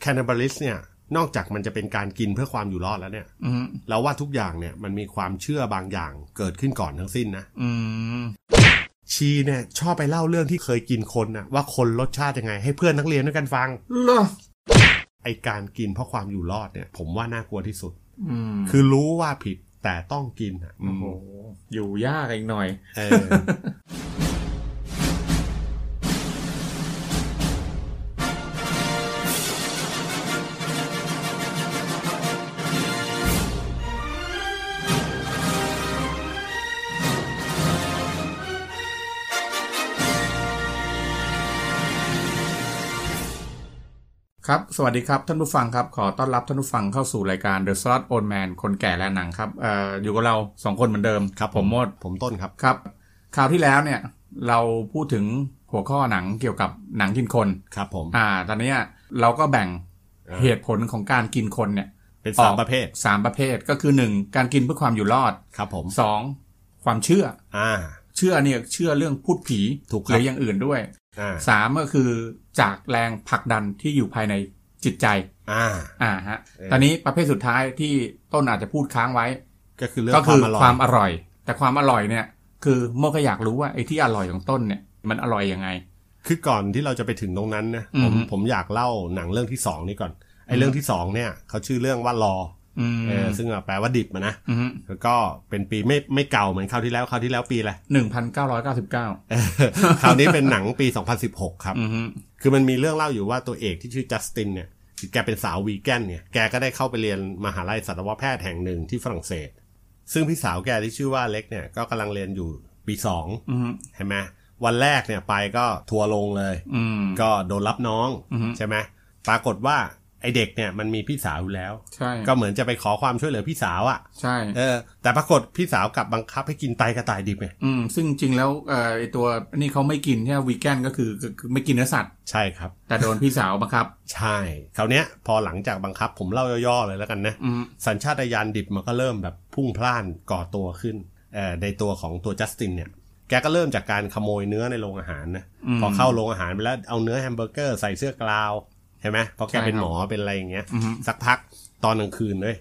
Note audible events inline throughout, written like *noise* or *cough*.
แคนาบาลิสเนี่ยนอกจากมันจะเป็นการกินเพื่อความอยู่รอดแล้วเนี่ย อืม เราว่าทุกอย่างเนี่ยมันมีความเชื่อบางอย่างเกิดขึ้นก่อนทั้งสิ้นนะ อืม ชีเนี่ยชอบไปเล่าเรื่องที่เคยกินคนน่ะว่าคนรสชาติยังไง ให้เพื่อนนักเรียนด้วยกันฟัง เหรอ ไอการกินเพราะความอยู่รอดเนี่ย ผมว่าน่ากลัวที่สุด อืม คือรู้ว่าผิดแต่ต้องกินอ่ะ โอ้โหอยู่ยากอีกหน่อย เออ ครับ สวัสดีครับท่านผู้ฟังครับ ขอต้อนรับท่านผู้ฟังเข้าสู่รายการ The Slot Old Man คนแก่และหนังครับเอ่ออยู่กับเราสองคนเหมือนเดิม ครับ ผมโมด ผมต้นครับ ครับ คราวที่แล้วเนี่ย เราพูดถึงหัวข้อหนังเกี่ยวกับหนังกินคน ครับผม อ่า ตอนเนี้ยเราก็แบ่ง เออ เหตุผลของการกินคนเนี่ย เป็น อ สา อ ม ก ประเภท สามประเภทก็คือหนึ่งการกินเพื่อความอยู่รอด ครับผม สองความเชื่อ อ่า เชื่อเนี่ยเชื่อเรื่องพูดผี ถูกครับ หรืออย่างอื่นด้วย อ่า สามก็คือจากแรงผลักดันที่อยู่ภายในจิตใจ อ่า อ่าฮะ เออ ตอนนี้ประเภทสุดท้ายที่ต้นอาจจะพูดค้างไว้ ก็คือเรื่อง ก็ ความอร่อย ความอร่อย แต่ความอร่อยเนี่ย คือโมก็อยากรู้ว่าไอ้ที่อร่อยของต้นเนี่ย มันอร่อยยังไง คือก่อนที่เราจะไปถึงตรงนั้นนะ อืม ผมผมอยากเล่าหนังเรื่องที่สองนี้ก่อนไอเรื่องที่สองเนี่ยเขาชื่อเรื่องว่ารอ อืม เออซึ่งแปลว่าดิบมานะ อืม แล้วก็เป็นปีไม่ไม่เก่าเหมือนคราวที่แล้วคราวที่แล้วปีอะไร *laughs* หนึ่งพันเก้าร้อยเก้าสิบเก้า เออคราวนี้เป็นหนังปี 2016 ครับ อืมฮึ คือมันมีเรื่องเล่าอยู่ว่าตัวเอกที่ชื่อจัสตินเนี่ยคือแกเป็นสาววีแกนเนี่ย แกก็ได้เข้าไปเรียนมหาลัยสัตวแพทย์แห่งหนึ่งที่ฝรั่งเศส ซึ่งพี่สาวแกที่ชื่อว่าเล็กเนี่ย ก็กำลังเรียนอยู่ปีสอง อืมฮึ เห็นไหมวันแรกเนี่ยไปก็ทัวร์ลงเลย อืม ก็โดนรับน้อง อือฮึ ใช่ไหมปรากฏว่าไอเด็กเนี่ยมันมีพี่สาวอยู่แล้ว ใช่ ก็เหมือนจะไปขอความช่วยเหลือพี่สาวอะ่ะ ใช่ เออ แต่ปรากฏพี่สาวกลับบังคับให้กินไตกระต่ายดิบเนี่ย อืม ซึ่งจริงแล้วเอ่อไอตัวนี่เขาไม่กินใช่วีแกนก็คือคือคือไม่กินเนื้อสัตว์ ใช่ครับ แต่โดนพี่สาวบังคับ ใช่ คราวเนี้ยพอหลังจากบังคับผมเล่าย่อๆเลยแล้วกันนะ อืม สัญชาตญาณดิบมันก็เริ่มแบบพุ่งพล่านก่อตัวขึ้นเอ่อในตัวของตัวจัสตินเนี่ย แกก็เริ่มจากการขโมยเนื้อในโรงอาหารนะ พอเข้าโรงอาหารไปแล้วเอาเนื้อแฮมเบอร์เกอร์ใส่เสื้อกลาวใช่ไหมเพราะแกเป็นหมอเป็นอะไรอย่างเงี้ย อืมฮึ สักพักตอนกลางคืนเลย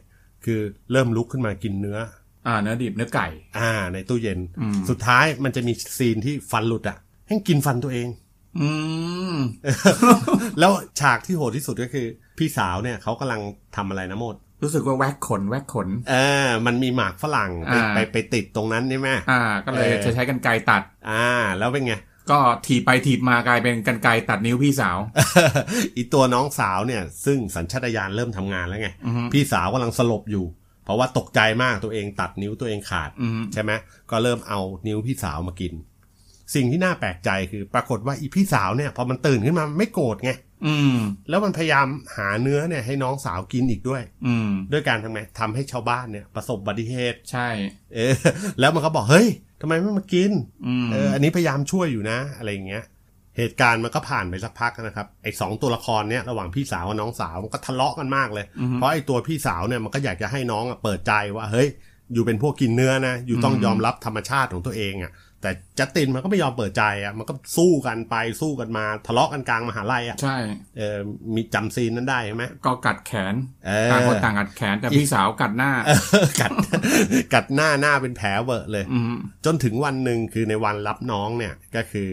คือเริ่มลุกขึ้นมากินเนื้อ อ่า เนื้อดิบเนื้อไก่ อ่า ในตู้เย็น อืม สุดท้ายมันจะมีซีนที่ฟันหลุดอ่ะ ให้กินฟันตัวเอง อืม แล้วฉากที่โหดที่สุดก็คือ พี่สาวเนี่ยเขากำลังทำอะไรนะโมด รู้สึกว่าแวกขนแวกขน เออ มันมีหมากฝรั่งไป อ่า ไปไปติดตรงนั้นใช่ไหม อ่า ก็เลย เออ จะใช้กันไกรตัด อ่า แล้วเป็นไง ก็ถีบไปถีบมากลายเป็นกันไกรตัดนิ้วพี่สาว *laughs* อีตัวน้องสาวเนี่ย ซึ่งสัญชาตญาณเริ่มทำงานแล้วไง อือฮึ พี่สาวกำลังสลบอยู่ เพราะว่าตกใจมากตัวเองตัดนิ้วตัวเองขาด อืม ใช่ไหมก็เริ่มเอานิ้วพี่สาวมากิน สิ่งที่น่าแปลกใจคือ ปรากฏว่าอีพี่สาวเนี่ยพอมันตื่นขึ้นมาไม่โกรธไง อืม แล้วมันพยายามหาเนื้อเนี่ยให้น้องสาวกินอีกด้วย อืม ด้วยการทำไงทำให้ชาวบ้านเนี่ยประสบอุบัติเหตุ ใช่ เออ แล้วมันก็บอกเฮ้ยทำไมไม่มากิน อืม เออ อันนี้พยายามช่วยอยู่นะ อะไรอย่างเงี้ย เหตุการณ์มันก็ผ่านไปสักพักนะครับ ไอ้สองตัวละครเนี้ยระหว่างพี่สาวกับน้องสาวมันก็ทะเลาะกันมากเลย เพราะไอ้ตัวพี่สาวเนี่ยมันก็อยากจะให้น้องอะเปิดใจว่าเฮ้ย อยู่เป็นพวกกินเนื้อนะ อยู่ต้องยอมรับธรรมชาติของตัวเองอะแต่จัสตินมันก็ไม่ยอมเปิดใจอะมันก็สู้กันไปสู้กันมาทะเลาะกันกลางมหาลัยอะ ใช่ เออ มีจำซีนนั้นได้ใช่ไหม ก็กัดแขน เออ ต่างคนต่างกัดแขนแต่พี่สาวกัดหน้า เออ *laughs* กัด กัดหน้าหน้าเป็นแผลเวอะเลย อืม จนถึงวันหนึ่งคือในวันรับน้องเนี่ยก็คือ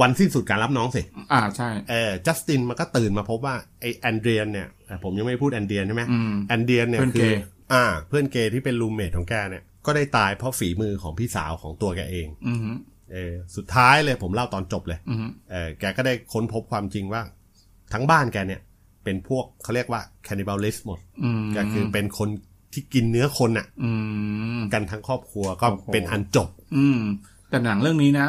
วันสิ้นสุดการรับน้องสิ อ่าใช่ เออจัสตินมันก็ตื่นมาพบว่าไอแอนเดรียนเนี่ยเอ่อผมยังไม่พูดแอนเดรียนใช่ไหม อืม แอนเดรียนเนี่ย เพื่อน คื เก อ ย์ อ่า เพื่อนเกย์ที่เป็นรูมเมทของแกเนี่ยก็ได้ตายเพราะฝีมือของพี่สาวของตัวแกเอง อืม เออสุดท้ายเลยผมเล่าตอนจบเลย อืม เออแกก็ได้ค้นพบความจริงว่า ทั้งบ้านแกเนี่ย เป็นพวกเขาเรียกว่าแคนิบ a ล i ิสหมด อืม ก็คือเป็นคนที่กินเนื้อคนน่ะ อืม กันทั้งครอบครัวก็ โอ้โห เป็นอันจบ อืม แต่หนังเรื่องนี้นะ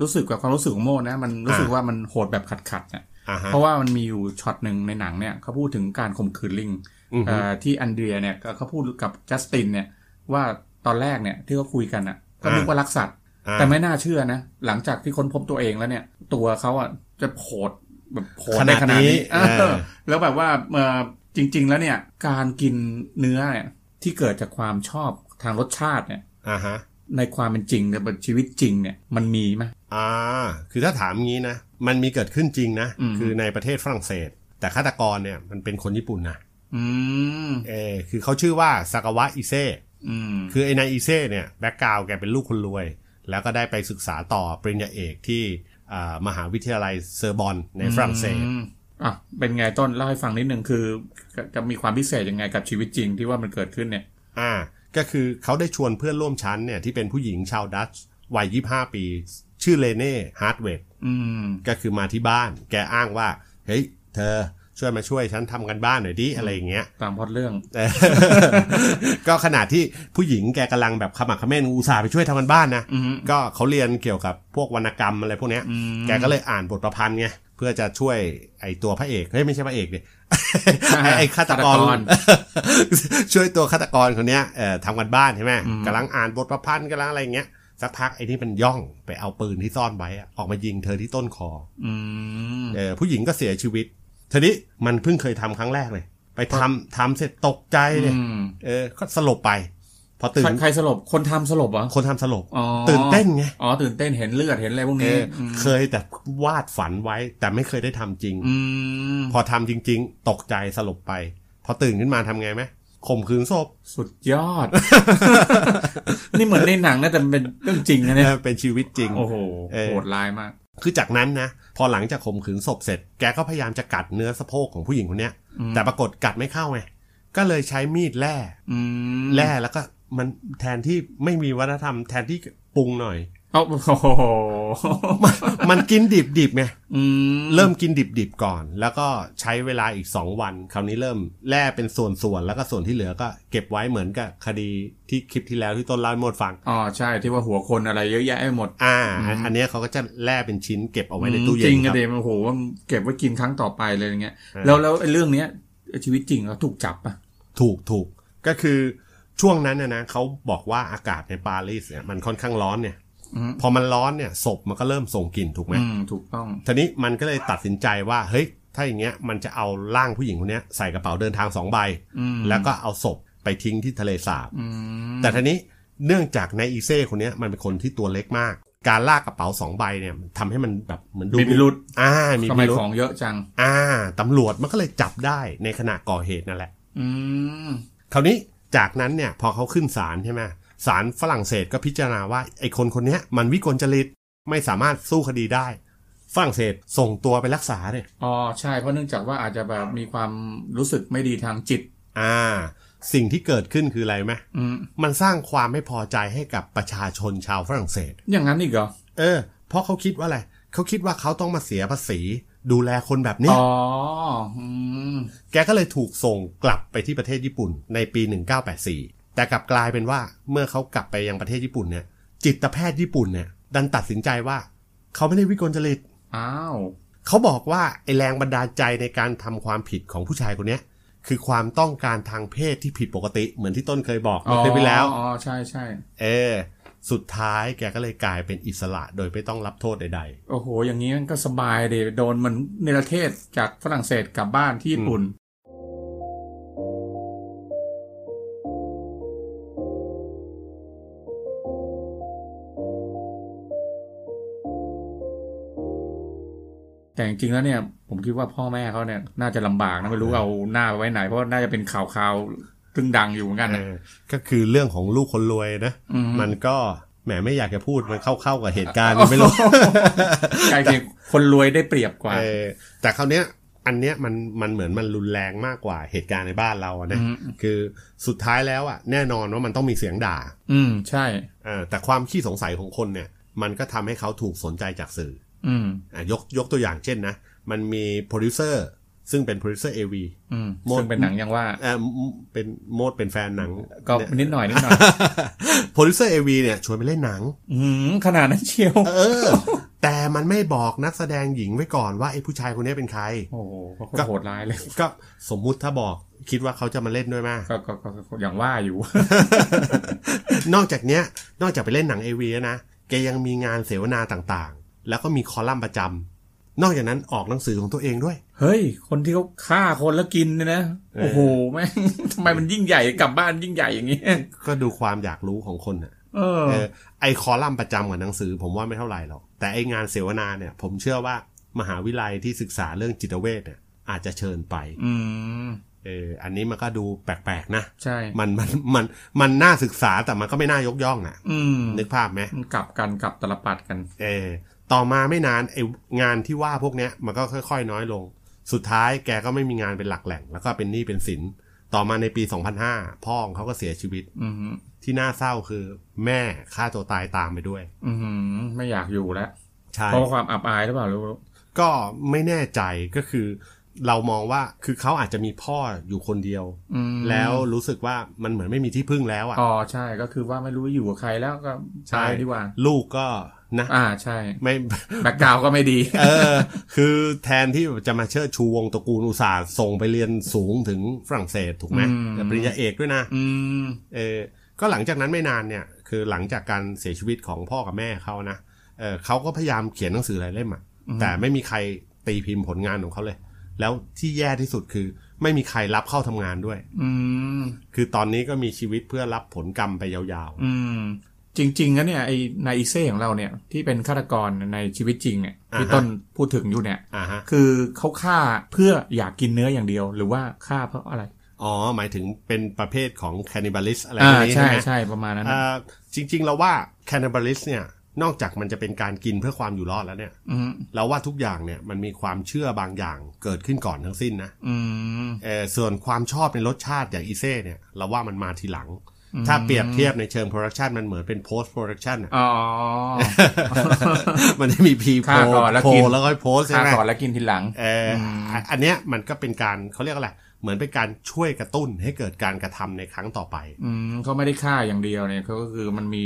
รู้สึกกับความรู้สึกของโมนะ มันรู้สึก อ่า ว่ามันโหดแบบขัดๆเนี่ย อ่าฮะ เพราะว่ามันมีอยู่ช็อตหนึ่งในหนังเนี่ยเขาพูดถึงการข่มขืนลิง อือฮึ เอ่อที่อันเดรียเนี่ยก็เขาพูดกับจัสตินเนี่ยว่าตอนแรกเนี่ยที่เขาคุยกันอ่ะก็นึกว่ารักสัตว์ อ่า แต่ไม่น่าเชื่อนะ หลังจากที่ค้นพบตัวเองแล้วเนี่ย ตัวเขาอ่ะจะโหดแบบโหด ข ใน นาด ขนาด นี้ นี้เออ เออ แล้วแบบว่าเอ่อจริง ๆ แล้วเนี่ย การกินเนื้อเนี่ยที่เกิดจากความชอบทางรสชาติเนี่ย อ่าฮะ ในความเป็นจริงในชีวิตจริงเนี่ยมันมีไหม อ่า คือถ้าถามงี้นะ มันมีเกิดขึ้นจริงนะ อืม คือในประเทศฝรั่งเศส แต่ฆาตกรเนี่ยมันเป็นคนญี่ปุ่นนะ อืม เออคือเขาชื่อว่าซากาวะอิเซ่ อืม คือไอนายอีเซ่เนี่ยแบ็กกราวแกเป็นลูกคนรวย แล้วก็ได้ไปศึกษาต่อปริญญาเอกที่อ่ามหาวิทยาลัยเซอร์บอนในฝรั่งเศส อืมอ่ะเป็นไงต้นเล่าให้ฟังนิดนึงคือจะจะมีความพิเศษยังไงกับชีวิตจริงที่ว่ามันเกิดขึ้นเนี่ย อ่า ก็คือเขาได้ชวนเพื่อนร่วมชั้นเนี่ยที่เป็นผู้หญิงชาวดัตช์วัย 25 ปี ชื่อเลเน่ฮาร์ดเวก อืม ก็คือมาที่บ้าน แกอ้างว่า เฮ้ย เธอช่วยมาช่วยฉันทำกันบ้านหน่อยดิ อะไรอย่างเงี้ย ตามพล็อดเรื่อง เออ *laughs* ก็ขนาดที่ผู้หญิงแกกำลังแบบขมักเขม้นอุตส่าห์ไปช่วยทำกันบ้านนะ อือฮึ ก็เขาเรียนเกี่ยวกับพวกวรรณกรรมอะไรพวกเนี้ย อืม แกก็เลยอ่านบทประพันธ์ไงเพื่อจะช่วยไอตัวพระเอกเฮ้ยไม่ใช่พระเอก *laughs* ดิไอ้ไอฆาตกร *laughs* ช่วยตัวฆาตกรคนเนี้ยเอ่อทำกันบ้านใช่ไหมกำลังอ่านบทประพันธ์กำลังอะไรอย่างเงี้ยสักพักไอ้นี่มันย่องไปเอาปืนที่ซ่อนไว้อะออกมายิงเธอที่ต้นคอ อืม เออผู้หญิงก็เสียชีวิตทีนี้มันเพิ่งเคยทำครั้งแรกเลย ไปทำทำเสร็จตกใจเลย อืม เออก็สลบไป พอตื่ ใคร น ใครสลบ คนทำสลบเหรอ คนทำสลบ อ๋อ ตื่นเต้นไง อ๋อ ตื่นเต้นเห็นเลือดเห็นอะไรพวก เออนี้อเคยแต่วาดฝันไว้ แต่ไม่เคยได้ทำจริง อืม พอทำจริง ๆ ตกใจสลบไป พอตื่นขึ้นมาทำไงไหมข่มขืนศพ สุดยอด นี่เหมือนในหนังนะแต่มันเป็นเรื่องจริงนะเนี่ย เออเป็นชีวิตจริง โอ้โห เออ โหดร้ายมาก คือจากนั้นนะ พอหลังจากข่มขืนศพเสร็จ แกก็พยายามจะกัดเนื้อสะโพกของผู้หญิงคนเนี้ย แต่ปรากฏกัดไม่เข้าไงก็เลยใช้มีดแล่ อืม แล่แล้วก็มันแทนที่ไม่มีวัฒนธรรมแทนที่ปรุงหน่อย เอาโอ้โห มันมันกินดิบดิบๆไง อืม เริ่มกินดิบๆก่อน แล้วก็ใช้เวลาอีก 2 วัน คราวนี้เริ่มแล่เป็นส่วนๆ แล้วก็ส่วนที่เหลือก็เก็บไว้เหมือนกับคดีที่คลิปที่แล้วที่ต้นเล่าให้หมดฟัง อ๋อ ใช่ที่ว่าหัวคนอะไรเยอะแยะไปหมด อ่า อันเนี้ยเขาก็จะแล่เป็นชิ้นเก็บเอาไว้ในตู้ จ เย็ ริ น ง ค อะ รับ เดมโอ้โหว่ามันเก็บไว้กินครั้งต่อไปเลยอย่างเงี้ย เออ แล้วแล้วไอ้เรื่องเนี้ยชีวิตจริงแล้วถูกจับปะ ถูกถูกก็คือช่วงนั้นนะนะเขาบอกว่าอากาศในปารีสเนี่ยมันค่อนข้างร้อนเนี่ย อืม พอมันร้อนเนี่ยศพมันก็เริ่มส่งกลิ่นถูกไหม อืมถูกต้อง ทีนี้มันก็เลยตัดสินใจว่าเฮ้ยถ้าอย่างเงี้ยมันจะเอาร่างผู้หญิงคนเนี้ยใส่กระเป๋าเดินทางสองใบ อืม แล้วก็เอาศพไปทิ้งที่ทะเลสาบ อืม แต่ทีนี้เนื่องจากนายอีเซ่คนเนี้ยมันเป็นคนที่ตัวเล็กมาก การลากกระเป๋าสองใบเนี่ยมันทำให้มันแบบเหมือนดู มีพิรุษ อ่ามี ทำไม พิรุษ ของเยอะจัง อ่าตำรวจมันก็เลยจับได้ในขณะก่อเหตุนั่นแหละ อืม คราวนี้จากนั้นเนี่ยพอเขาขึ้นศาลใช่ไหมศาลฝรั่งเศสก็พิจารณาว่าไอ้คนคนเนี้ยมันวิกลจริตไม่สามารถสู้คดีได้ ฝรั่งเศสส่งตัวไปรักษาเนี่ย อ๋อ ใช่เพราะเนื่องจากว่าอาจจะแบบมีความรู้สึกไม่ดีทางจิต อ่า สิ่งที่เกิดขึ้นคืออะไรไหม อืม มันสร้างความไม่พอใจให้กับประชาชนชาวฝรั่งเศส อย่างนั้นอีกเหรอ เออ เพราะเขาคิดว่าอะไร เขาคิดว่าเขาต้องมาเสียภาษี ดูแลคนแบบเนี้ย อ๋อ อืม แกก็เลยถูกส่งกลับไปที่ประเทศญี่ปุ่นในปี 1984 แต่กลับกลายเป็นว่าเมื่อเขากลับไปยังประเทศญี่ปุ่นเนี่ย จิตแพทย์ญี่ปุ่นเนี่ย ดันตัดสินใจว่า เขาไม่ได้วิกลจริต อ้าว เขาบอกว่าไอแรงบันดาลใจในการทำความผิดของผู้ชายคนเนี้ย คือความต้องการทางเพศที่ผิดปกติ เหมือนที่ต้นเคยบอก อ๋ เมื่ อ อคลิปที่แล้ว อ๋อ ใช่ใช่ เออ สุดท้ายแกก็เลยกลายเป็นอิสระโดยไม่ต้องรับโทษใด ๆ โอ้โห อย่างนี้มันก็สบายเดโดนเหมันเนรเทศจากฝรั่งเศสกลับบ้านที่ญี่ปุ่น แต่จริงๆแล้วเนี่ย ผมคิดว่าพ่อแม่เขาเนี่ย น่าจะลำบากนะไม่รู้เอาหน้าไปไว้ไหน เพราะน่าจะเป็นข่าวๆตึงดังอยู่เหมือนกันนะ เออก็คือเรื่องของลูกคนรวยนะ อืม มันก็แหมไม่อยากจะพูดมันเข้าๆกับเหตุการณ์มันไม่รู้ กลายเป็นคนรวยได้เปรียบกว่า เออแต่คราวเนี้ยอันเนี้ยมันมันเหมือนมันรุนแรงมากกว่าเหตุการณ์ในบ้านเราอะนะ อืม คือสุดท้ายแล้วอ่ะแน่นอนว่ามันต้องมีเสียงด่า อืม ใช่ เออแต่ความขี้สงสัยของคนเนี่ยมันก็ทำให้เขาถูกสนใจจากสื่อ อืม อ่ะยกยกตัวอย่างเช่นนะ มันมีโปรดิวเซอร์ซึ่งเป็นโปรดิวเซอร์เอวี อืม โมด ซึ่งเป็นหนังอย่างว่า เออเป็นโมดเป็นแฟนหนัง ก็ เนี่ย *laughs* นิดหน่อยนิดหน่อย โปรดิวเซอร์เอวีเนี่ยชวนไปเล่นหนัง อืมขนาดนั้นเชียว เออ แต่มันไม่บอกนักแสดงหญิงไว้ก่อนว่าไอ้ผู้ชายคนนี้เป็นใคร โอ้โหเขาก็โหดร้ายเลย ก็สมมุติถ้าบอกคิดว่าเขาจะมาเล่นด้วยมาก ก็ก็ก็ก็อย่างว่าอยู่ *laughs* นอกจากเนี้ย นอกจากไปเล่นหนังเอวีนะแกยังมีงานเสวนาต่างๆ แล้วก็มีคอลัมน์ประจำนอกจากนั้นออกหนังสือของตัวเองด้วย เฮ้ย คนที่เขาฆ่าคนแล้วกินเนี่ยนะ โอ้โหแม่ง *laughs* ทำไมมันยิ่งใหญ่กลับบ้านยิ่งใหญ่อย่างนี้ ก็ดูความอยากรู้ของคนอ่ะ เออ เออไอคอลัมน์ประจำกับหนังสือ ผมว่าไม่เท่าไหร่หรอกแต่ไองานเสวนาเนี่ย ผมเชื่อว่ามหาวิทยาลัยที่ศึกษาเรื่องจิตเวชเนี่ย อาจจะเชิญไป อืม เอออันนี้มันก็ดูแปลกๆนะ ใช่ มันมันมันมันน่าศึกษาแต่มันก็ไม่น่ายกย่องอ่ะ อืม นึกภาพไหม มันกลับกันกลับตลปัดกัน เออต่อมาไม่นานไองานที่ว่าพวกเนี้ยมันก็ค่อย ๆ น้อยลง สุดท้ายแกก็ไม่มีงานเป็นหลักแหล่ง แล้วก็เป็นหนี้เป็นสิน ต่อมาในปี 2005 พ่อของเขาก็เสียชีวิต อืมฮึ ที่น่าเศร้าคือแม่ฆ่าตัวตายตามไปด้วย อืมฮึไม่อยากอยู่แล้ว ใช่ เพราะความอับอายหรือเปล่ารู้ ก็ไม่แน่ใจก็คือ เรามองว่าคือเขาอาจจะมีพ่ออยู่คนเดียว อืม แล้วรู้สึกว่ามันเหมือนไม่มีที่พึ่งแล้วอ่ะ อ๋อใช่ก็คือว่าไม่รู้อยู่กับใครแล้วก็ ใช่ ตายดีกว่า ลูกก็นะ อ่าใช่ ไม่ แบ็กกราวก็ไม่ดี เออ คือแทนที่จะมาเชิดชูวงศ์ตระกูลอุตสาห์ส่งไปเรียนสูงถึงฝรั่งเศสถูกไหม อืม แต่ปริญญาเอกด้วยนะ อืม เออ ก็หลังจากนั้นไม่นานเนี่ย คือหลังจากการเสียชีวิตของพ่อกับแม่เขานะ เออเขาก็พยายามเขียนหนังสือหลายเล่มอะ อืม แต่ไม่มีใครตีพิมพ์ผลงานของเขาเลย แล้วที่แย่ที่สุดคือ ไม่มีใครรับเข้าทำงานด้วย อืม คือตอนนี้ก็มีชีวิตเพื่อรับผลกรรมไปยาว อืม จริงๆนะเนี่ยไอนายอีเซ่ของเราเนี่ย ที่เป็นฆาตกรในชีวิตจริงเนี่ยที่ต้นพูดถึงอยู่เนี่ย ๆ อ่าฮะ คือเขาฆ่าเพื่ออยากกินเนื้ออย่างเดียว หรือว่าฆ่าเพราะอะไร อ๋อ หมายถึงเป็นประเภทของแคนิบาลิสอะไรพ อ่าว กนี้ใช่ ใช่ ไหม ใช่ประมาณนั้นนะ อ่าจริงๆเราว่าแคนาบาลิสเนี่ยนอกจากมันจะเป็นการกินเพื่อความอยู่รอดแล้วเนี่ย อืม เราว่าทุกอย่างเนี่ยมันมีความเชื่อบางอย่างเกิดขึ้นก่อนทั้งสิ้นนะ อืม เออส่วนความชอบในรสชาติอย่างอีเซ่เนี่ยเราว่ามันมาทีหลัง ถ้าเปรียบเทียบในเชิงโปรดักชันมันเหมือนเป็น post production อะ อ๋อ มันจะมี pre ฆ่าก่อนแล้วกิน แล้วก็ post ใช่ ฆ่า ไหม ก่อนแล้วกินทีหลัง เออออันอันเนี้ยมันก็เป็นการเขาเรียกอะไรเหมือนเป็นการช่วยกระตุ้นให้เกิดการกระทำในครั้งต่อไป อืมเขาไม่ได้ฆ่าอย่างเดียวเนี่ยเขาก็คือมันมี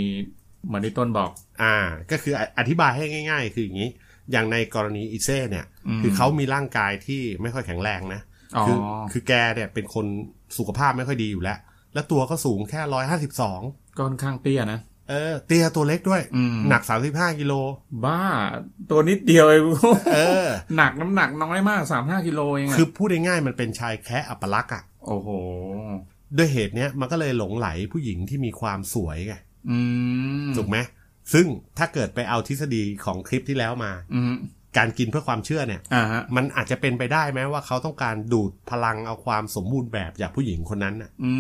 เหมือนที่ต้นบอก อ่าก็คืออธิบายให้ง่าย ๆ คืออย่างนี้ อย่างในกรณีอีเซ่เนี่ย อืม คือเขามีร่างกายที่ไม่ค่อยแข็งแรงนะ อ๋อ คืคือแกเนี่ยเป็นคนสุขภาพไม่ค่อยดีอยู่แล้ว แล้วตัวก็สูงแค่ร้อยห้าสิบสอง ก้อนข้างเตี้ยนะ เออ เตี้ยตัวเล็กด้วย อืม หนักสามสิบห้ากิโล บ้า ตัวนิดเดียวเอง *laughs* เออ หนักน้ำหนักน้อยมากสามห้ากิโลเองอะ คือพูดง่ายๆมันเป็นชายแค่อัปลักษณ์อะ โอ้โห ด้วยเหตุเนี้ยมันก็เลยหลงไหลผู้หญิงที่มีความสวยไง อืม ถูกไหมซึ่งถ้าเกิดไปเอาทฤษฎีของคลิปที่แล้วมา อืม การกินเพื่อความเชื่อเนี่ย อ่าฮะ มันอาจจะเป็นไปได้ไหมว่าเขาต้องการดูดพลังเอาความสมบูรณ์แบบจากผู้หญิงคนนั้นน่ะ อื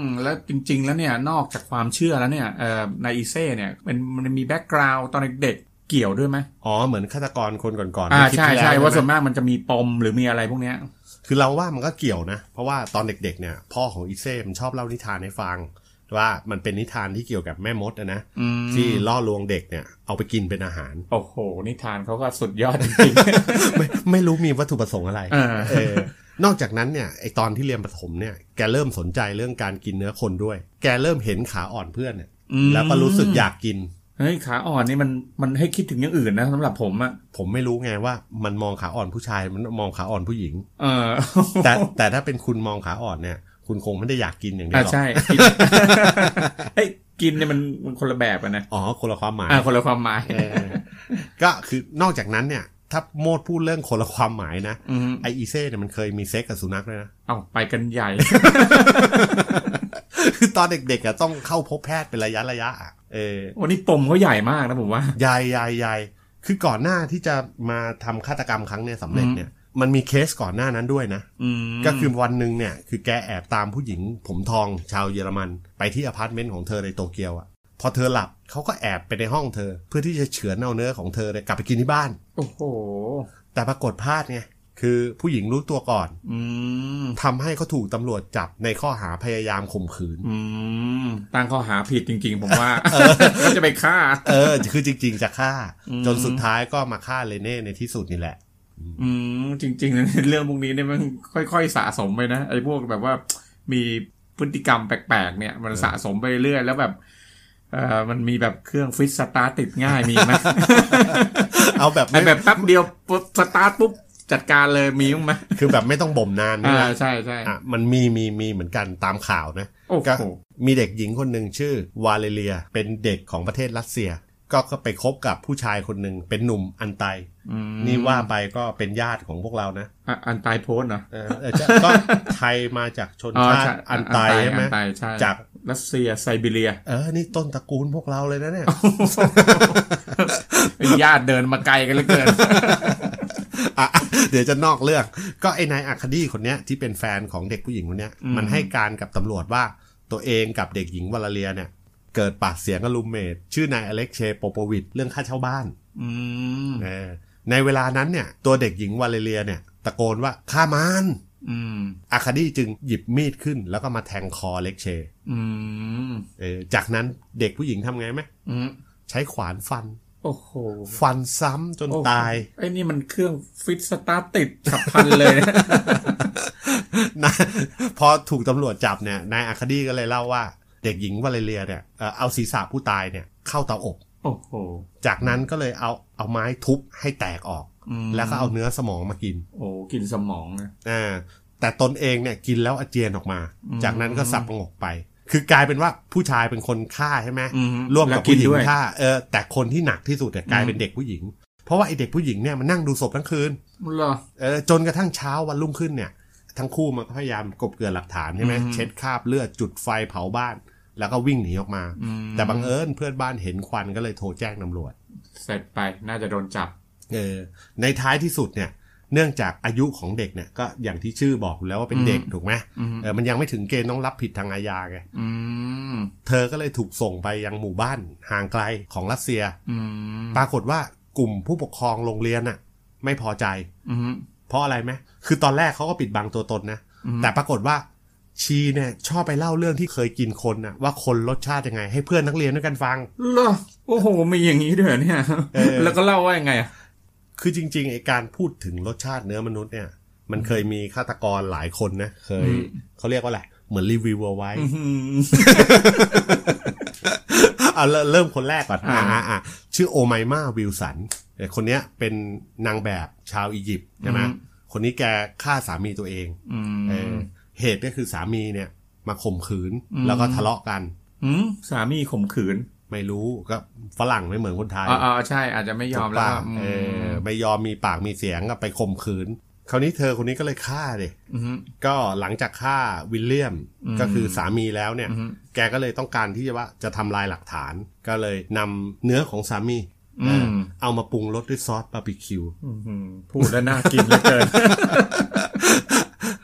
ม แล้วจริง ๆ แล้วเนี่ย นอกจากความเชื่อแล้วเนี่ยเอ่อนายอีเซ่เนี่ยมันมันมีแบ็กกราวด์ตอนเด็กๆเกี่ยวด้วยไหม อ๋อเหมือนฆาตกรคนก่อนๆ อ่า ที่ ใช่ ที่แล้ ใช่ว่าส่วน ไหม มากมันจะมีปมหรือมีอะไรพวกเนี้ย คือเราว่ามันก็เกี่ยวนะ เพราะว่าตอนเด็กๆเนี่ย พ่อของอีเซ่มันชอบเล่านิทานให้ฟัง ว่ามันเป็นนิทานที่เกี่ยวกับแม่มดอะนะ อืม ที่ล่อลวงเด็กเนี่ยเอาไปกินเป็นอาหาร *laughs* โอ้โห นิทานเขาก็สุดยอดจริง ไม่ไม่รู้มีวัตถุประสงค์อะไร เออ เออนอกจากนั้นเนี่ยไอตอนที่เรียนประถมเนี่ยแกเริ่มสนใจเรื่องการกินเนื้อคนด้วย แกเริ่มเห็นขาอ่อนเพื่อนเนี่ย ๆอืม แล้วก็รู้สึกอยากกิน เฮ้ยขาอ่อนนี่มันมันให้คิดถึงอย่างอื่นนะสำหรับผมอะ ผมไม่รู้ไงว่ามันมองขาอ่อนผู้ชายมันมองขาอ่อนผู้หญิง *laughs* เออ แต่ แต่ถ้าเป็นคุณมองขาอ่อนเนี่ย คุณคงไม่ได้อยากกินอย่างเดีย อ่าว หรอก ใช่กิน *laughs* เอ้ยกินเนี่ยมันมันคนละแบบอะนะ อ๋อคนละความหมาย อ่าคนละความหมาย เออก็คือนอกจากนั้นเนี่ย ถ้าโมดพูดเรื่องคนละความหมายนะ อืม ไออีเซ่เนี่ยมันเคยมีเซ็กกับสุนัขด้วยนะ *laughs* เอาไปกันใหญ่ คือตอนเด็กๆอะต้องเข้าพบแพทย์เป็นระยะระยะอะเออ วันนี้ปมเขาใหญ่มากนะผมว่า ยายยายยายคือก่อนหน้าที่จะมาทำฆาตกรรมครั้งเนี่ยสำเร็จเนี่ย มันมีเคสก่อนหน้านั้นด้วยนะ อืม ก็คือวันหนึ่งเนี่ยคือแกแอบตามผู้หญิง ผมทองชาวเยอรมัน ไปที่อพาร์ตเมนต์ของเธอในโตเกียวอะพอเธอหลับเขาก็แอบไปในห้องเธอ เพื่อที่จะเฉือนเอาเนื้อของเธอเนี่ยกลับไปกินที่บ้าน โอ้โห แต่ปรากฏพลาดไงคือผู้หญิงรู้ตัวก่อน อืม ทำให้เขาถูกตำรวจจับในข้อหาพยายามข่มขืน อืมตั้งข้อหาผิดจริง ๆ ผม *laughs* ว่าก็จะไปฆ่า เออ คือจริง ๆ จะฆ่า อืม จนสุดท้ายก็มาฆ่าเลเน่ในที่สุดนี่แหละ อืมจริงๆนะเรื่องพวกนี้เนี่ยมันค่อยๆสะสมไปนะไอ้พวกแบบว่ามีพฤติกรรมแปลกๆเนี่ย มันสะสมไปเรื่อยแล้วแบบเออมันมีแบบเครื่องฟิตสตาร์ทติดง่ายมีไหม เอาแบบ ไอ้ ไม่ แบบแป๊บเดียวปุ๊บสตาร์ทปุ๊บจัดการเลยมีมั้งไหม คือแบบไม่ต้องบ่มนานนี่ อ่า แหละ ใช่ใช่ อ่ะมันมีมีมีเหมือนกันตามข่าวนะ โอ้ ก็ โห มีเด็กหญิงคนหนึ่งชื่อวาเลเลีย เป็นเด็กของประเทศรัสเซีย ก็ก็ไปคบกับผู้ชายคนหนึ่งเป็นหนุ่มอันไต อืม นี่ว่าไปก็เป็นญาติของพวกเรานะ อ่ะอันตายโพสต์เหรอ เออเออ *laughs* จะก็ไทยมาจากชน อ๋อ ชา ใช่ ติอันไตใช่ไหม อันตายใช่ จาก รัสเซียไซบีเรีย เออ นี่ต้นตระกูลพวกเราเลยนะเนี่ย *laughs* ญาติเดินมาไกลกันเหลือเกิน อ่ะ *laughs* เดี๋ยวจะนอกเรื่องก็ไอ้นายอาคาดีคนเนี้ยที่เป็นแฟนของเด็กผู้หญิงคนเนี้ย อืม มันให้การกับตำรวจว่าตัวเองกับเด็กหญิงวลาเลียเนี่ย เกิดปากเสียงกับลูมเมดชื่อนายอเล็กเชโปโปวิชเรื่องค่าเช่าบ้าน อืม เออในเวลานั้นเนี่ย ตัวเด็กหญิงวลาเลียเนี่ย ตะโกนว่าฆ่ามัน อืม อาคาดีจึงหยิบมีดขึ้น แล้วก็มาแทงคออเล็กเช อืม เออจากนั้นเด็กผู้หญิงทำไงไหม อืม ใช้ขวานฟัน โอ้โห ฟันซ้ำจนตาย ไอ้นี่มันเครื่องฟิตสตาร์ทติดสับพัน *laughs* เลยนะ นะพอถูกตำรวจจับเนี่ยนายอาคาดีก็เลยเล่าว่า เด็กหญิงวาเลเรียเนี่ยเอ่อเอาศีรษะผู้ตายเนี่ยเข้าเตาอบ โอ้โห จากนั้นก็เลยเอาเอาไม้ทุบให้แตกออก อืม แล้วก็เอาเนื้อสมองมากิน โอ้กินสมองนะ อ่าแต่ตนเองเนี่ยกินแล้วอาเจียนออกมา อืม จากนั้นก็สับประงกไป คือกลายเป็นว่าผู้ชายเป็นคนฆ่าใช่ไหม อืม ร่วมกับ แล้ ผู้หญิง ด้วย ฆ่าเออแต่คนที่หนักที่สุดเนี่ยกลายเป็นเด็กผู้หญิง เพราะว่าไอเด็กผู้หญิงเนี่ยมันนั่งดูศพทั้งคืน เหรอ เออจนกระทั่งเช้าวันรุ่งขึ้นเนี่ย ทั้งคู่มันก็พยายามกลบเกลื่อนหลักฐานใช่ไหม อืม เช็ดคราบเลือดจุดไฟเผาบ้าน แล้วก็วิ่งหนีออกมา อืม แต่บังเอิญเพื่อนบ้านเห็นควันก็เลยโทรแจ้งตำรวจ เสร็จไปน่าจะโดนจับ เออในท้ายที่สุดเนี่ย เนื่องจากอายุของเด็กเนี่ยก็อย่างที่ชื่อบอกอยู่แล้วว่าเป็นเด็กถูกไหม อืม เออมันยังไม่ถึงเกณฑ์ต้องรับผิดทางอาญาไง อืม เธอก็เลยถูกส่งไปยังหมู่บ้านห่างไกลของรัสเซีย อืม ปรากฏว่ากลุ่มผู้ปกครองโรงเรียนน่ะ ไม่พอใจ อืม เพราะอะไรไหมคือตอนแรกเขาก็ปิดบังตัวตนนะ อืม แต่ปรากฏว่าชีเนี่ยชอบไปเล่าเรื่องที่เคยกินคนนะว่าคนรสชาติยังไง ให้เพื่อนนักเรียนด้วยกันฟัง เหรอโอ้โหมีอย่างนี้ด้วยเหรอเนี่ย เออ แล้วก็เล่าว่ายังไงอ่ะ คือจริงๆไอการพูดถึงรสชาติเนื้อมนุษย์เนี่ย มันเคยมีฆาตกรหลายคนนะ เคย อืม เขาเรียกว่าอะไร เหมือนรีวิวเอาไว้ *laughs* อื้อหือ เอาเริ่มเริ่มคนแรกก่อนอ่า อ่า อ่าอ่าชื่อโอไมมาวิลสันเอ่อคนเนี้ยเป็นนางแบบชาวอียิปต์ใช่ไหมคนนี้แกฆ่าสามีตัวเอง อืม เออเหตุก็คือสามีเนี่ย มาข่มขืน อืม แล้วก็ทะเลาะกัน อืมสามีข่มขืน ไม่รู้ก็ฝรั่งไม่เหมือนคนไทย อ๋ออ๋อใช่อาจจะไม่ยอมถูกแล้วปะ อืม เออไม่ยอมมีปากมีเสียงก็ไปข่มขืน คราวนี้เธอคนนี้ก็เลยฆ่าเลย อืม ก็หลังจากฆ่าวิลเลียม อืม ก็คือสามีแล้วเนี่ย อืม แกก็เลยต้องการที่จะว่าจะทำลายหลักฐาน ก็เลยนำเนื้อของสามี อืม เอามาปรุงรสด้วยซอสบาร์บีคิว อื้อหือพูดแล้วน่ากินเหลือเกิน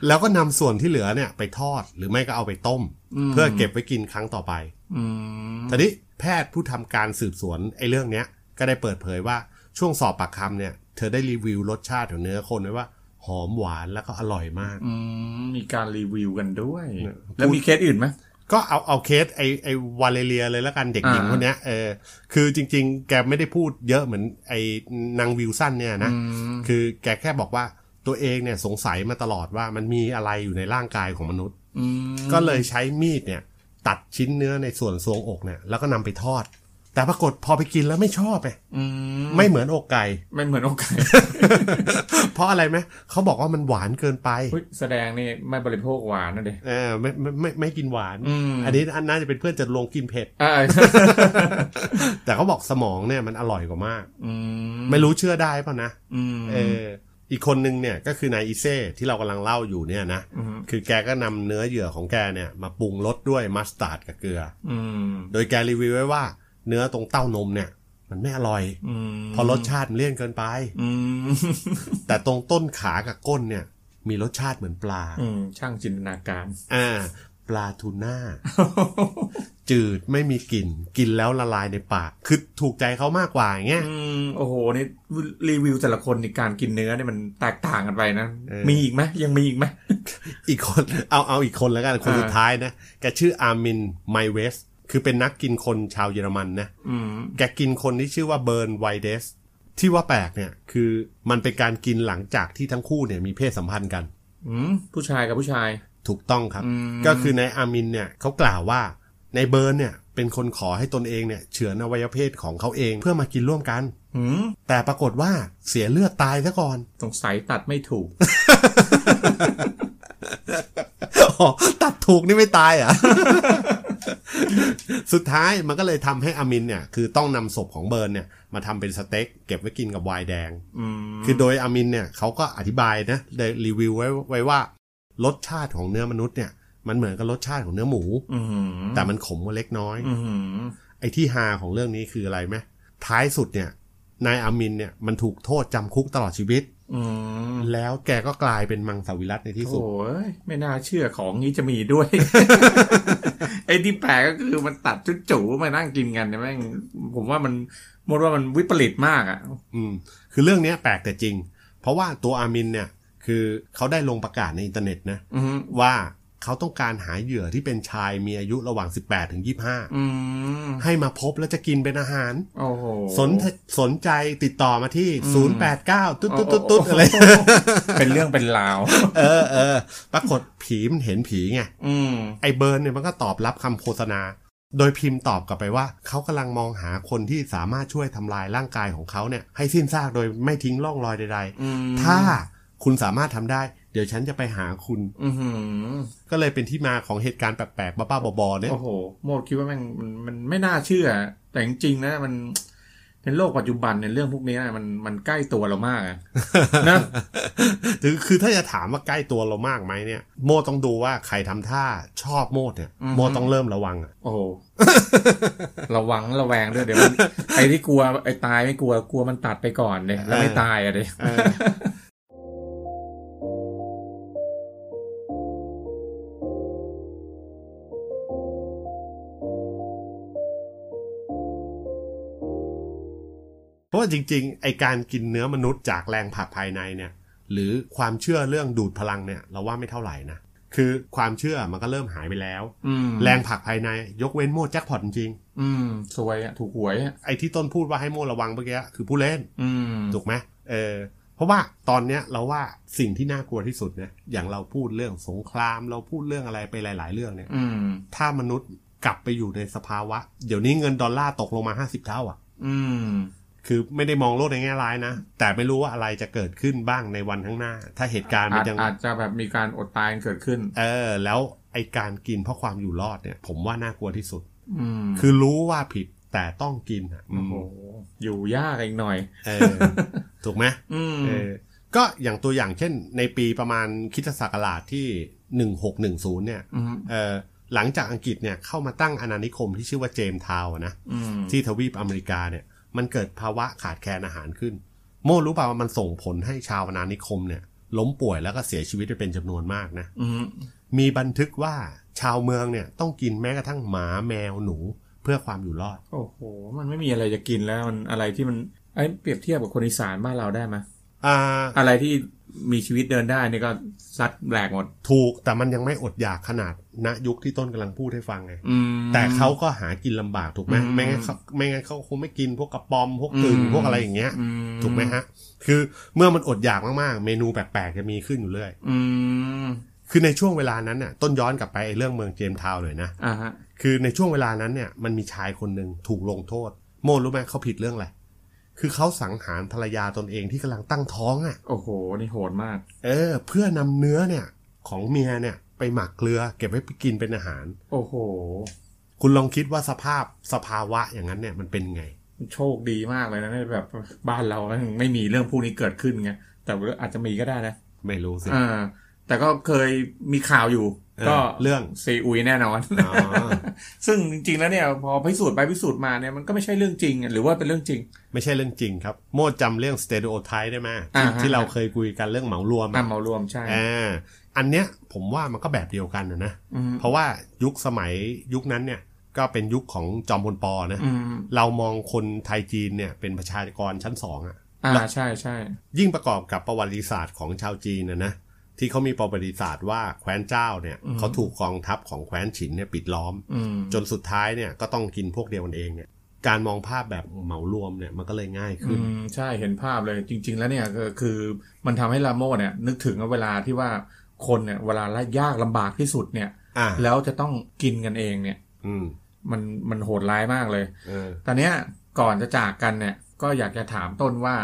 แล้วก็นำส่วนที่เหลือเนี่ยไปทอดหรือไม่ก็เอาไปต้ม อืม เพื่อเก็บไว้กินครั้งต่อไป อืม ทีนี้แพทย์ผู้ทำการสืบสวนไอ้เรื่องเนี้ย ก็ได้เปิดเผยว่าช่วงสอบปากคำเนี่ย เธอได้รีวิวรสชาติของเนื้อคนไว้ว่า หอมหวานแล้วก็อร่อยมาก อืมมีการรีวิวกันด้วย เนี่ย แล้วมีเคสอื่นไหม ก็เอาเอาเคสไอไอวาเลเรียเลยละกันเด็กหญิง อ่า คนเนี้ยเออคือจริงๆ แกไม่ได้พูดเยอะเหมือนไอนางวิลสันเนี่ยนะ อืม คือแกแค่บอกว่าตัวเองเนี่ยสงสัยมาตลอดว่ามันมีอะไรอยู่ในร่างกายของมนุษย์ อืม ก็เลยใช้มีดเนี่ยตัดชิ้นเนื้อในส่วนทรวงอกเนี่ยแล้วก็นำไปทอด แต่ปรากฏพอไปกินแล้วไม่ชอบไง อืม ไม่เหมือนอกไก่ ไม่เหมือนโอก *laughs* าส เพราะอะไรไหม เขาบอกว่ามันหวานเกินไป เฮ้ยแสดงนี่ไม่บริโภคหวานนะเด็ก เออไม่ไมไม่ไม่กินหวาน อืม อันนี้อันน่าจะเป็นเพื่อนจะลงกินเผ็ด อ่า *laughs* แต่เขาบอกสมองเนี่ยมันอร่อยกว่ามาก อืม ไม่รู้เชื่อได้เปล่ะนะ อืม เออ อีกคนนึงเนี่ยก็คือนายอีเซ่ที่เรากำลังเล่าอยู่เนี่ยนะ ม คือแกก็นำเนื้อเหยื่อของแกเนี่ยมาปรุงรสด้วยมัสตาร์ดกับเกลือ อืม โดยแกรีวิวไว้ว่าเนื้อตรงเต้านมเนี่ย มันไม่อร่อย อืม เพอรสชาติมันเลี่ยนเกินไป อืม แต่ตรงต้นขากับก้นเนี่ย มีรสชาติเหมือนปลา อืมช่างจินตนา *laughs* การ อ่าปลาทูน่า จืดไม่มีกลิ่น กินแล้วละลายในปาก คือถูกใจเขามากกว่าอย่างเงี้ย อืมโอ้โหนี่รีวิวแต่ละคนในการกินเนื้อเนี่ยมันแตกต่างกันไปนะ เออ มีอีกไหมยังมีอีกไหม อีกคน เอาเอาอีกคนแล้วกันคน อ่า สุดท้ายนะแกชื่ออาร์มินไมเวสคือเป็นนักกินคนชาวเยอรมันนะ อืม แกกินคนที่ชื่อว่าเบิร์นไวเดสที่ว่าแปลกเนี่ยคือมันเป็นการกินหลังจากที่ทั้งคู่เนี่ยมีเพศสัมพันธ์กัน อืมผู้ชายกับผู้ชาย ถูกต้องครับ อืม ก็คือในอาร์มินเนี่ยเขากล่าวว่าในเบิร์นเนี่ยเป็นคนขอให้ตนเองเนี่ยเฉือนอวัยวะเพศของเขาเองเพื่อมากินร่วมกัน อืม แต่ปรากฏว่าเสียเลือดตายซะก่อน สงสัยตัดไม่ถูก อ๋อตัดถูกนี่ไม่ตายเหรอ่ะ *laughs* สุดท้ายมันก็เลยทำให้อามินเนี่ย คือต้องนำศพของเบิร์นเนี่ย มาทำเป็นสเต็กเก็บไว้กินกับไวน์แดง อืม คือโดยอามินเนี่ยเขาก็อธิบายนะได้รีวิวไว้ไว้ว่ารสชาติของเนื้อมนุษย์เนี่ย มันเหมือนกับรสชาติของเนื้อหมู อืม แต่มันขมกว่าเล็กน้อย อืม ไอ้ที่ฮาของเรื่องนี้คืออะไรไหมท้ายสุดเนี่ยนายอามินเนี่ยมันถูกโทษจำคุกตลอดชีวิต อืม แล้วแกก็กลายเป็นมังสวิรัตในที่สุด โอ้ยไม่น่าเชื่อของนี้จะมีด้วย *laughs* ไอ้ที่แปลกก็คือมันตัดชุดจูมานั่งกินกันเนี่ยแม่งผมว่ามันมดว่ามันวิปริตมากอ่ะ อืมคือเรื่องเนี้ยแปลกแต่จริง เพราะว่าตัวอามินเนี่ย คือเขาได้ลงประกาศในอินเทอร์เน็ตนะ อืม ว่าเขาต้องการหาเหยื่อที่เป็นชายมีอายุระหว่าง 18 ถึง อืม 25 ให้มาพบแล้วจะกินเป็นอาหาร โอ้โห สนสนใจติดต่อมาที่ อืม 089 ตุ๊ดตุ๊ดตุ๊ดตุ๊ดอะไร เป็นเรื่องเป็นราว เออเออปรากฏผีมันเห็นผีไง อืม ไอ้เบิร์นเนี่ยมันก็ตอบรับคำโฆษณา โดยพิมพ์ตอบกลับไปว่า เขากำลังมองหาคนที่สามารถช่วยทำลายร่างกายของเขาเนี่ย ให้สิ้นซากโดยไม่ทิ้งร่องรอยใด อืม ๆ ถ้าคุณสามารถทำได้ เดี๋ยวฉันจะไปหาคุณ อือหือ ก็เลยเป็นที่มาของเหตุการณ์แปลกๆ บ้าๆ บอๆเนี่ย โอ้โหโมดคิดว่าแม่งมันมันไม่น่าเชื่อ แต่จริงๆนะมันเป็นโลกปัจจุบันในยเรื่องพวกนี้นะมันมันใกล้ตัวเรามาก *laughs* อะ นะ ถึงคือถ้าจะถามว่าใกล้ตัวเรามากไหมเนี่ย โมต้องดูว่าใครทำท่าชอบโมดเนี่ย อือฮึ โมต้องเริ่มระวังอะ โอ้โห *laughs* ระวังระแวงด้วยเดี๋ยวมันไอ้ที่กลัวไอ้ตายไม่กลัวกลัวมันตัดไปก่อนเลยแล้วไม่ตายอะเดย เพราะว่าจริงๆ ไอการกินเนื้อมนุษย์จากแรงผลักภายในเนี่ย หรือความเชื่อเรื่องดูดพลังเนี่ยเราว่าไม่เท่าไหร่นะ คือความเชื่อมันก็เริ่มหายไปแล้ว อืม แรงผลักภายในยกเว้นโมดแจ็คพอตจริง อืมสวยอะถูกหวยอะ ๆไอที่ต้นพูดว่าให้โมระวังเมื่อกี้คือผู้เล่น อืม ถูกไหมเออ เพราะว่าตอนเนี้ยเราว่าสิ่งที่น่ากลัวที่สุดเนี่ยอย่างเราพูดเรื่องสงคราม เราพูดเรื่องอะไรไปหลาย ๆ เรื่องเนี่ย อืม ถ้ามนุษย์กลับไปอยู่ในสภาวะ เดี๋ยวนี้เงินดอลลาร์ตกลงมา 50 เท่าอ่ะ อืม คือไม่ได้มองโลกในแง่ร้ายนะ แต่ไม่รู้ว่าอะไรจะเกิดขึ้นบ้างในวันข้างหน้า ถ้าเหตุการณ์มั อาจ นยัง อาจจะแบบมีการอดตายเกิดขึ้น เออ แล้วไอการกินเพราะความอยู่รอดเนี่ย ผมว่าน่ากลัวที่สุด อืม คือรู้ว่าผิดแต่ต้องกินอ่ะ โอ้โหอยู่ยากอีกหน่อย เออ ถูกไหม อืม เออ ก็อย่างตัวอย่างเช่น ในปีประมาณคริสตศักราชที่ 1610 เนี่ย อืม เออหลังจากอังกฤษเนี่ยเข้ามาตั้งอาณานิคมที่ชื่อว่าเจมส์ทาวน์อะนะ อืม ที่ทวีปอเมริกาเนี่ยมันเกิดภาวะขาดแคลนอาหารขึ้น โม่รู้เปล่าว่ามันส่งผลให้ชาวนานิคมเนี่ย ล้มป่วยแล้วก็เสียชีวิตไปเป็นจำนวนมากนะ อืม มีบันทึกว่าชาวเมืองเนี่ยต้องกินแม้กระทั่งหมาแมวหนูเพื่อความอยู่รอด โอ้โห มันไม่มีอะไรจะกินแล้วมันอะไรที่มันไอ้เปรียบเทียบกับคนอีสานบ้านเราได้ไหมย อ่า อะไรที่มีชีวิตเดินได้นี่ก็ซัดแหลกหมด ถูกแต่มันยังไม่อดอยากขนาดณยุคที่ต้นกำลังพูดให้ฟังไง อืม แต่เขาก็หากินลำบากถูกไหม อืม ไม่งั้นเขาไม่งั้นเขาคงไม่กินพวกกระป๋อมพวกตึงพวกอะไรอย่างเงี้ย อื ถูกไหมฮะ คือเมื่อมันอดอยากมากๆ เมนูแปลกๆจะมีขึ้นอยู่เรื่อย อืม คือในช่วงเวลานั้นน่ะต้นย้อนกลับไปไอ้เรื่องเมืองเจมส์ทาวน์หน่อยนะ อ่าฮะ คือในช่วงเวลานั้นเนี่ยมันมีชายคนหนึ่งถูกลงโทษ โมรู้ไหมเขาผิดเรื่องอะไร คือเขาสังหารภรรยาตนเองที่กำลังตั้งท้องอะ่ะ โอ้โห นี่โหดมาก เออ เพื่อนำเนื้อเนี่ย ของเมียเนี่ย ไปหมักเกลือ เก็บไว้ไปกินเป็นอาหาร โอ้โห คุณลองคิดว่าสภาพสภาวะอย่างนั้นเนี่ยมันเป็นไง โชคดีมากเลยนะเนี่ยแบบบ้านเราไม่มีเรื่องพวกนี้เกิดขึ้นไง แต่ว่าอาจจะมีก็ได้นะ ไม่รู้สิ อ่า แต่ก็เคยมีข่าวอยู่ เออ ก็ เรื่อง ซีอุยแน่นอน *laughs* อ๋อ ซึ่งจริงๆแล้วเนี่ย พอพิสูจน์ไปพิสูจน์มาเนี่ยมันก็ไม่ใช่เรื่องจริงอะหรือว่าเป็นเรื่องจริง ไม่ใช่เรื่องจริงครับ โมจำเรื่องสเต r ร o โอไท p e ได้ไหม อ่า ที่ ฮะ ที่เราเคยคุยกันเรื่องเหมารวม อ่ะ อะ เหมารวมใช่ อ่าอันเนี้ยผมว่ามันก็แบบเดียวกันนะนะ อืม เพราะว่ายุคสมัยยุคนั้นเนี่ยก็เป็นยุคของจอมพลปอนะ อืม เรามองคนไทยจีนเนี่ยเป็นประชากรชั้นสองอะ่ะ อ่าใช่ใช่ ยิ่งประกอบกับประวัติศาสตร์ของชาวจีนนะนะที่เขามีประวัติศาสตร์ว่าแคว้นเจ้าเนี่ยเขาถูกกองทัพของแคว้นฉินเนี่ยปิดล้อม อืม จนสุดท้ายเนี่ยก็ต้องกินพวกเดียวกันเองเนี่ยการมองภาพแบบเหมารวมเนี่ยมันก็เลยง่าย อื ขึ้น มใช่เห็นภาพเลย จริง ๆ แล้วเนี่ยก็คือมันทำให้ลาโมเนี่ย นึกถึงเวลาที่ว่าคนเนี่ย เวลาละยากลำบากที่สุดเนี่ย อ่า แล้วจะต้องกินกันเองเนี่ย อืม มันมันโหดร้ายมากเลย เออ ตอนเนี้ยก่อนจะจากกันเนี่ยก็อยากจะถามต้นว่า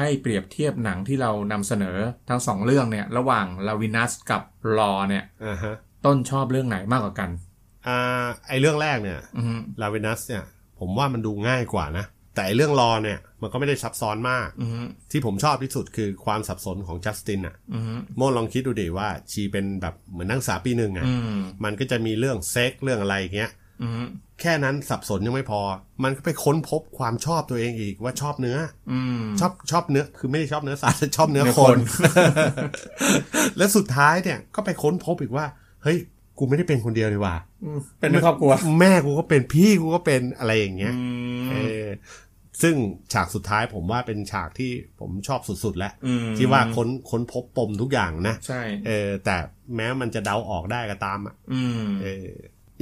ให้เปรียบเทียบหนังที่เรานำเสนอทั้งสองเรื่องเนี่ย ระหว่างลาวินัสกับรอเนี่ย อ่าฮะ ต้นชอบเรื่องไหนมากกว่ากัน อ่าไอเรื่องแรกเนี่ย อืม ลาเวนัสเนี่ยผมว่ามันดูง่ายกว่านะ แต่ไอ้เรื่องรอเนี่ยมันก็ไม่ได้ซับซ้อนมาก อืม ที่ผมชอบที่สุดคือความสับสนของจัสตินอะ อืม โมลองคิดดูดิว่าชีเป็นแบบเหมือนนักศึกษาปีหนึ่งอะ อืม มันก็จะมีเรื่องเซ็กเรื่องอะไรอย่างเงี้ย อืม แค่นั้นสับสนยังไม่พอ มันก็ไปค้นพบความชอบตัวเองอีกว่าชอบเนื้อ อืม ชอบชอบเนื้อคือไม่ได้ชอบเนื้อสัตว์แต่ *laughs* ชอบเนื้อ เนื้อ ค คน *laughs* น และสุดท้ายเนี่ยก็ไปค้นพบอีกว่า เฮ้ย กูไม่ได้เป็นคนเดียวดีกว่า เป็นในครอบครัว แม่กูก็เป็นพี่กูก็เป็นอะไรอย่างเงี้ย อื เอ ม อซึ่งฉากสุดท้ายผมว่าเป็นฉากที่ผมชอบสุดๆแล้ว อืม ที่ว่าค้นค้นพบปมทุกอย่างนะ ใช่ เออแต่แม้มันจะเดาออกได้ก็ตามอะ อืม เออ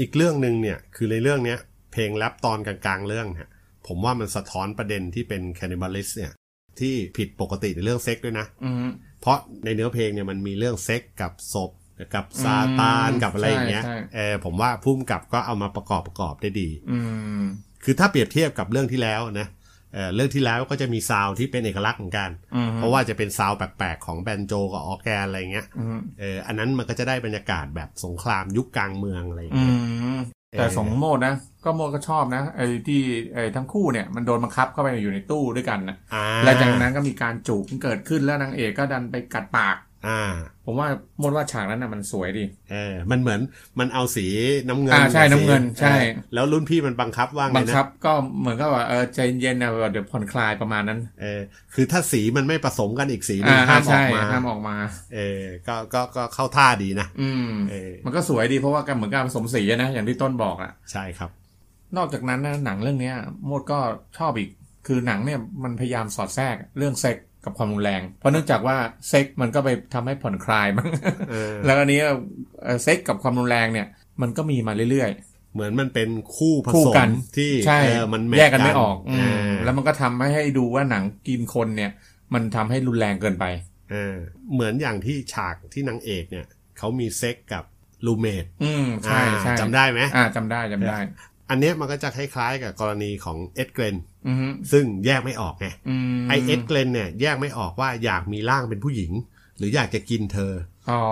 อีกเรื่องหนึ่งเนี่ยคือในเรื่องเนี้ยเพลงแรปตอนกลางๆ เรื่องฮะผมว่ามันสะท้อนประเด็นที่เป็นแคนิบ a ลิสเนี่ยที่ผิดปกติในเรื่องเซ็กด้วยนะ อืม เพราะในเนื้อเพลงเนี่ยมันมีเรื่องเซ็กกับศพกับซาตาน อืม กับอะไรอย่างเงี้ย ใช่ใช่ เออผมว่าพุ่มกับก็เอามาประกอบประกอบได้ดี อืม คือถ้าเปรียบเทียบกับเรื่องที่แล้วนะเออเรื่องที่แล้วก็จะมีซาวด์ที่เป็นเอกลักษณ์เหมือนกัน อืม เพราะว่าจะเป็นซาวด์แปลกๆของแบนโจกับออร์แกนอะไรเงี้ย อืม เอออันนั้นมันก็จะได้บรรยากาศแบบสงครามยุคกลางเมืองอะไรอย่าง อื เงี้ย ม แต่ เออ สองโมดนะ ก็โมดก็ชอบนะ ไอ้ที่ไอ้ทั้งคู่เนี่ยมันโดนบังคับเข้าไปอยู่ในตู้ด้วยกันนะ อ่า แล้วจากนั้นก็มีการจูบกันเกิดขึ้นแล้วนางเอกก็ดันไปกัดปาก อ่า ผมว่าโมดว่าฉากนั้นน่ะมันสวยดี เออ มันเหมือนมันเอาสีน้ำเงิน อ่าใช่ สี น้ำเงินอใช่อแล้วรุ่นพี่มันบังคับว่าไง บัง นะ คับก็เหมือนก็ว่าเออใจเย็นๆนะแบบเดี๋ยวผ่อนคลายประมาณนั้น เออ คือถ้าสีมันไม่ผสมกันอีกสีหนึง อ่า ห้ามออ ใช่ กมา ห้ามออกมา เออก็ก็ก็เข้าท่าดีนะ อืม เออ มันก็สวยดีเพราะว่ากันเหมือนการผสมสีอะนะ อย่างที่ต้นบอกอะ ใช่ครับ นอกจากนั้นนะหนังเรื่องเนี้ยโมดก็ชอบอีก คือหนังเนี่ยมันพยายามสอดแทรกเรื่องเซ็กกับความรุนแรง เพราะเนื่องจากว่าเซ็กมันก็ไปทำให้ผ่อนคลายมั้ง เออ แล้วอันนี้เอ่อเซ็กกับความรุนแรงเนี่ย มันก็มีมาเรื่อย เหมือนมันเป็นคู่ผ คู่ สม กัน ที่ ๆ ใช่ เออมัน แยกกันไม่ออก เอ อืม อ แล้วมันก็ทำให้ดูว่าหนังกินคนเนี่ย มันทำให้รุนแรงเกินไป เออ เหมือนอย่างที่ฉากที่นางเอกเนี่ยเขามีเซ็กกับลูเมด อืมใช่ อ่า ใช่ จำได้ไหม อ่าจำได้จำได้ อันเนี้ยมันก็จะคล้ายๆ กับกรณีของเอ็ดเกรน อืม ซึ่งแยกไม่ออกไง อืม ไอเอ็ดเกรนเนี่ยแยกไม่ออกว่าอยากมีร่างเป็นผู้หญิง หรืออยากจะกินเธอ อ๋อ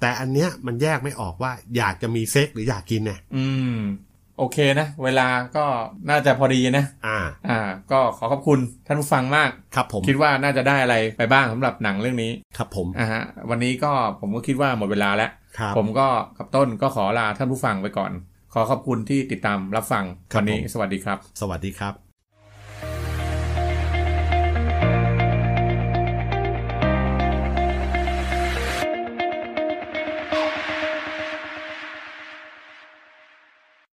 แต่อันเนี้ยมันแยกไม่ออกว่าอยากจะมีเซ็กหรืออยากกินเนี่ย อืม โอเคนะ เวลาก็น่าจะพอดีนะ อ่า อ่าก็ขอขอบคุณท่านผู้ฟังมาก ครับผม คิดว่าน่าจะได้อะไรไปบ้างสำหรับหนังเรื่องนี้ ครับผม อ่าฮะวันนี้ก็ผมก็คิดว่าหมดเวลาแล้ว ครับ ผมก็กับต้นก็ขอลาท่านผู้ฟังไปก่อน ขอขอบคุณที่ติดตามรับฟัง ครับ วันนี้ ผม สวัสดีครับ สวัสดีครับ